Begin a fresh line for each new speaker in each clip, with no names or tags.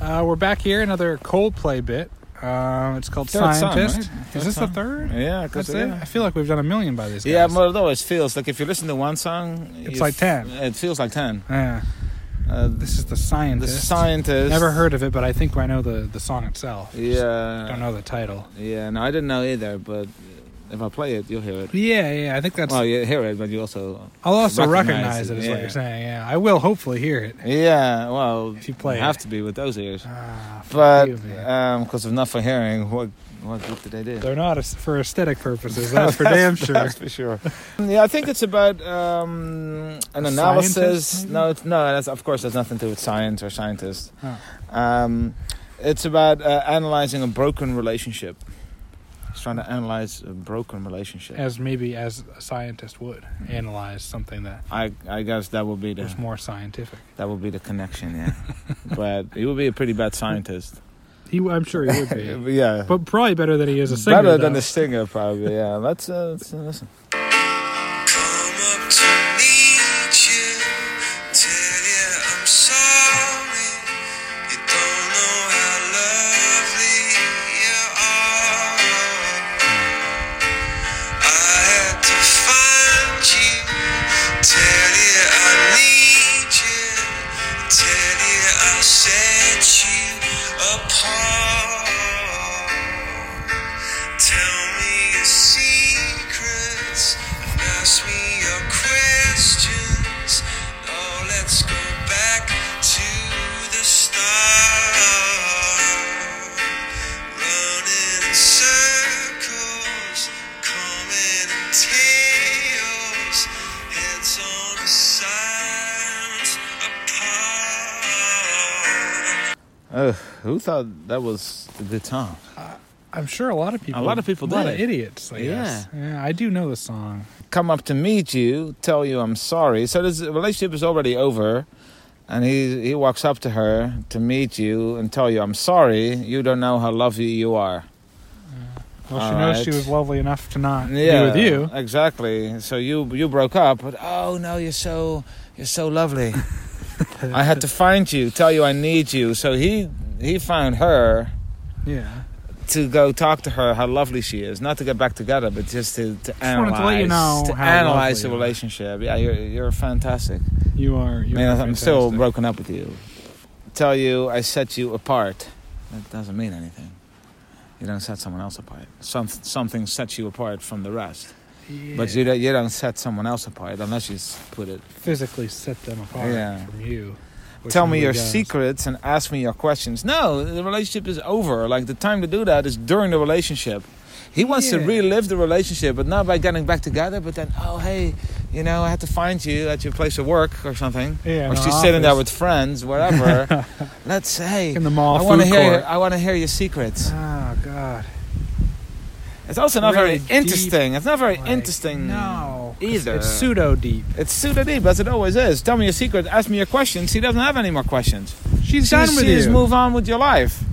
Uh, we're back here, another Coldplay bit. Uh, it's called
Third song,
Scientist.
right?
Is
Third
this the
song.
third?
Yeah,
That's
'cause,
it.
yeah.
I feel like we've done a million by these guys.
Yeah, but it always feels like if you listen to one song,
It's
you
like
f-
10.
It feels like ten.
Yeah.
Uh,
This is the Scientist.
the scientist.
Never heard of it, but I think I know the, the song itself. Just
Yeah.
Don't know the title.
Yeah, no, I didn't know either. But if I play it, you'll hear it.
Yeah, yeah. I think that's.
Well, you hear it, but you also.
I'll also recognize,
recognize
it,
it,
is what
yeah.
you're saying. Yeah, I will hopefully hear it.
Yeah, well,
If you play
have
it.
to be with those ears.
Ah, fuck
But uh,
you, man.
because of not for hearing, what what group did I do?
they're not as- for aesthetic purposes. That's for damn sure.
That's for sure. Yeah, I think it's about um, an
A
analysis.
scientist,
No, it's, no, that's of course that's nothing to do with science or scientists.
Oh.
Um, it's about uh, analyzing a broken relationship. He's trying to analyze a broken relationship.
As maybe as a scientist would
Mm-hmm.
analyze something that
I I guess that would be the
was more scientific.
that would be the connection. Yeah, but he would be a pretty bad scientist. Uh,
He, I'm sure he would be,
yeah,
but probably better than he is a singer.
better than
though.
the singer probably. Yeah, let's, uh, let's uh, listen.
Come up to meet you, tell you I'm sorry. You don't know how lovely you are. I had to find you, tell you I need you, tell you I set you apart. Tell me your secrets, and ask me your questions. Oh, let's go back to the start. Running in circles, coming in tails, heads on the sides apart.
Oh, who thought that was the guitar?
I'm sure a lot of people.
A lot of people
A lot of
did.
idiots. I guess. Yeah, I do know the song.
come up to meet you, tell you I'm sorry. So this relationship is already over, and he he walks up to her to meet you and tell you I'm sorry. You don't know how lovely you are.
Well, she
All
knows
right.
she was lovely enough to not
Yeah,
be with you.
exactly. So you you broke up, but oh no, you're so you're so lovely. I had to find you, tell you I need you. So he he found her
Yeah.
to go talk to her how lovely she is, not to get back together, but just to, to
wanted to
analyze
let you know
to
how
analyze
lovely
the
you are.
relationship. Yeah, you're you're fantastic.
You are. You
Man,
are
I'm still
fantastic.
broken up with you. Tell you I set you apart. That doesn't mean anything. You don't set someone else apart. Some, something sets you apart from the rest.
Yeah.
But you don't, you don't set someone else apart unless you s- put it.
physically set them apart
Yeah.
from you. which
Tell me
nobody
your
does.
secrets and ask me your questions. No, the relationship is over. Like the time to do that is during the relationship. He wants to
Yeah.
relive the relationship, but not by getting back together. But then, oh hey, you know, I had to find you at your place of work or something.
Yeah,
or
in
she's
our
sitting there with
office.
friends, wherever. Let's hey,
in the mall.
I
want to
hear. Your, I want to hear your secrets.
Oh God!
It's also not
Really
very interesting. It's not very
Like,
interesting.
No, 'cause
either.
It's pseudo deep.
It's pseudo deep as it always is. Tell me your secret. Ask me your questions. He doesn't have any more questions.
She's
She-
done with
she is
you.
move on with your life.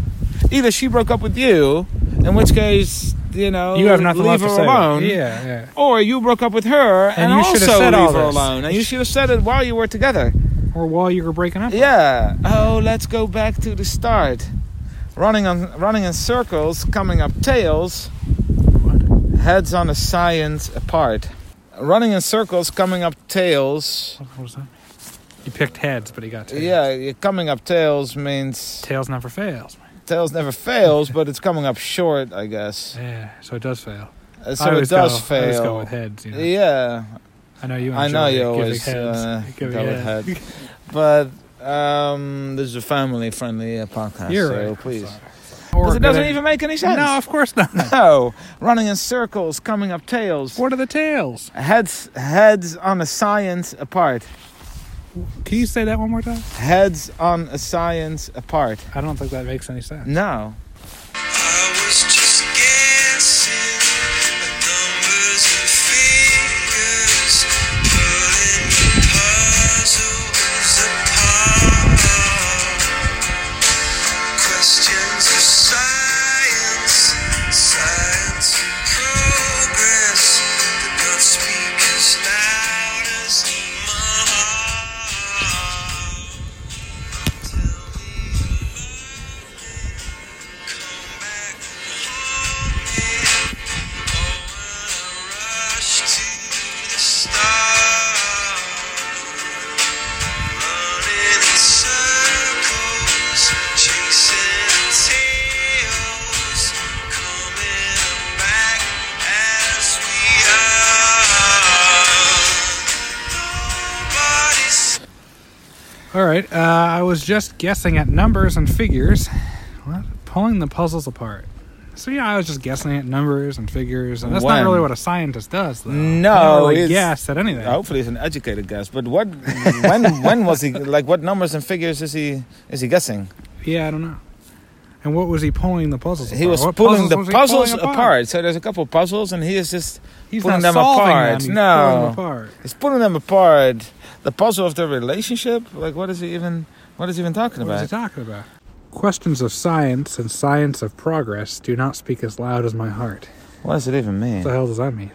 Either she broke up with you, in which case you know
You have nothing
leave
left to
her
say.
alone.
Yeah, yeah.
Or you broke up with her
And
and,
you should
also
have said all
leave her
this.
alone. And you should have said it while you were together.
Or while you were breaking up.
Yeah. Oh, let's go back to the start. Running on, running in circles, coming up tails. Heads on a science apart. Running in circles, coming up tails.
What was that? You picked heads, but he got tails.
Yeah, you're coming up tails means
Tails never fails.
tails never fails, but it's coming up short, I guess.
Yeah, so it does fail.
Uh,
I
So it
always go,
does
I always go
fail.
with heads. You know?
Yeah,
I know you. Enjoy
I know you
giving
always
heads.
uh, go
Giving
with
heads.
head, but um, this is a family-friendly uh, podcast,
You're
so
right. Or
please. Because it
good
doesn't
idea.
even make any sense.
No, of course not.
No, running in circles, coming up tails.
what are the tails?
Heads, heads on a science apart.
Can you say that one more time?
Heads on a science apart.
I don't think that makes any sense.
No,
I was just guessing at numbers and figures, pulling the puzzles apart. Questions of science, science and progress, but not speak as loud as my heart. Tell me
All right. Uh, I was just guessing at numbers and figures. What? Pulling the puzzles apart. So yeah, I was just guessing at numbers and figures, and that's
When?
not really what a scientist does, though. They
No,
don't really
it's-
guess at anything.
Hopefully, it's an educated guess. But what, when, when was he? Like, what numbers and figures is he is he guessing?
Yeah, I don't know. And what was he pulling the puzzles?
He
apart?
was
What
pulling the
was he
puzzles
pulling
apart. So there's a couple puzzles, and he is just
He's
pulling
not
them
solving
apart.
Them. He's
No.
pulling them apart.
he's pulling them apart. The puzzle of their relationship. Like, what is he even? What is he even talking
What is he
about?
talking about? Questions of science and science of progress do not speak as loud as my heart.
What does it even mean?
What the hell does that mean?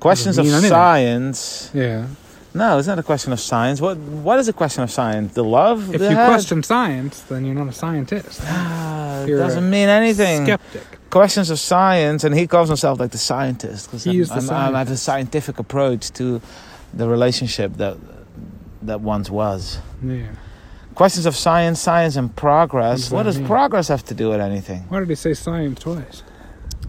Questions of
mean anything.
science.
Yeah.
No, it's not a question of science. What What is a question of science? The love.
If
they
you
had?
question science, then you're not a scientist.
Ah, it
You're
doesn't
a
mean anything.
Skeptic.
questions of science, and he calls himself like the scientist because
He
I'm,
is the
I'm, I'm at a
scientist.
scientific approach to the relationship that that once was.
Yeah.
Questions of science, science and
What
progress.
does
What
that
does
mean?
progress have to do with anything?
Why did he say science twice?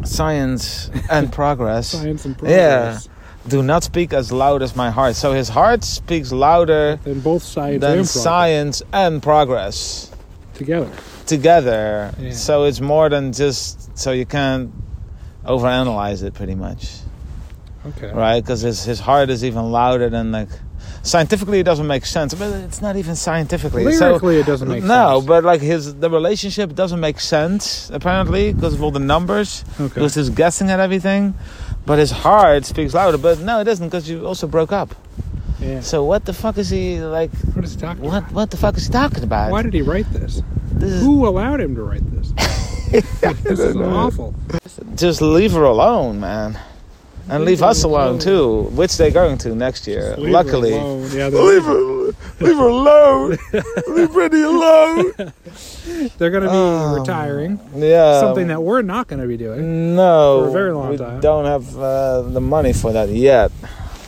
Science and progress
Science and progress.
do not speak as loud as my heart. So his heart speaks louder
Then both science and
than
progress
science and progress.
together.
together.
Yeah.
So it's more than just so you can't overanalyze it pretty much,
Okay.
right? Because his his heart is even louder than like scientifically it doesn't make sense, but it's not even scientifically. so
Lyrically, it doesn't make
no,
sense.
but like his the relationship doesn't make sense apparently because of all the numbers,
No, okay.
because he's guessing at everything. But his heart speaks louder. But no, it doesn't because you also broke up.
Yeah.
So what the fuck is he like?
What is he talking
What
about?
what the fuck is he talking about?
Why did he write this?
this is
Who allowed him to write this? this is awful.
just leave her alone, man. And leave
her
us alone
alone.
too, which they're going to next year.
Leave her
Luckily,
alone. Yeah, they're,
leave her, leave her alone. leave Britney alone.
they're going to be
Um,
retiring.
Yeah, um,
something that we're not going to be doing.
no,
for a very long
we
time.
don't have uh, the money for that yet.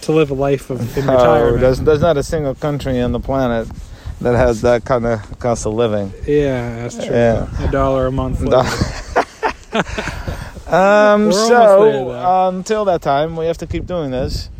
To live a life of in
No,
retirement.
there's, there's not a single country on the planet that has that kind of cost of living.
yeah, that's true.
Yeah.
A dollar a month.
No.
later.
um,
We're almost there,
so
though.
until that time, we have to keep doing this.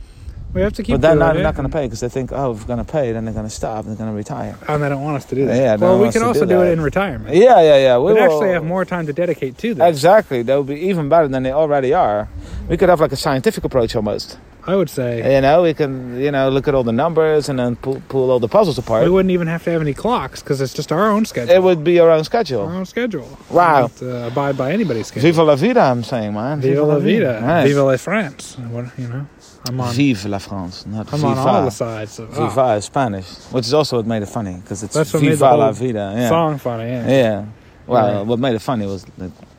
We have to keep
but they're
doing
not,
it.
not going to pay because they think, oh, if we're going to pay, then they're going to stop. They're going to retire.
And they don't want us to do that.
Yeah, they don't
well, we
want us
can
to
also
do
do,
that.
it in retirement.
Yeah, yeah, yeah. We
We'd
will-
actually have more time to dedicate to this.
Exactly. That would be even better than they already are. We could have like a scientific approach almost.
I would say
You know, we can, you know, look at all the numbers and then pull, pull all the puzzles
we
apart.
wouldn't even have to have any clocks because it's just our own schedule.
It would be our own
our
schedule.
own schedule.
Wow.
We don't have to abide by anybody's schedule.
Viva la vida, I'm saying, man.
Viva la vida.
Nice.
Viva la France. What, you know, I'm on.
Vive la France, not
I'm
viva.
on all the sides. Of,
Viva
ah,
is Spanish, which is also what made it funny because it's
That's what made
Viva
the
la
whole
vida. Yeah.
Song funny. Yeah.
Yeah. Well,
Right.
what made it funny was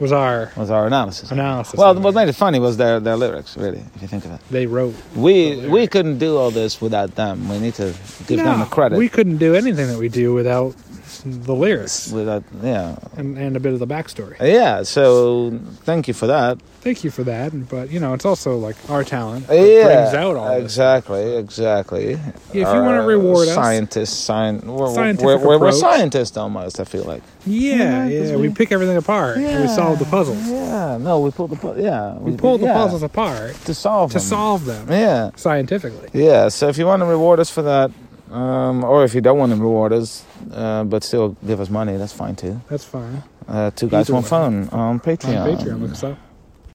Was our
was our analysis.
analysis.
Well,
of
what
it.
made it funny was their, their lyrics, really, if you think of it.
they wrote.
We
The
we couldn't do all this without them. We need to give them
No,
the credit.
We couldn't do anything that we do without the lyrics
without yeah
and, and a bit of the backstory.
yeah. So thank you for that.
Thank you for that, and- but you know it's also like our talent that
Yeah,
brings out all this.
exactly, exactly.
If you wanna reward us-
scientists, science, we're,
Scientific
we're, we're, we're
approach.
scientists almost. I feel like
Yeah,
Yeah,
yeah,
'cause
we
we-
pick everything apart. and We solve the puzzles.
Yeah, no, we pulled the pu- yeah
We pull the
yeah,
puzzles apart
to solve
to
them.
solve them
Yeah,
scientifically.
yeah. So if you want to reward us for that. Um, or if you don't want to reward us, uh, but still give us money, that's fine too.
That's fine.
Uh, two guys,
Either
one
way.
phone on
On
Patreon.
Patreon, look us up.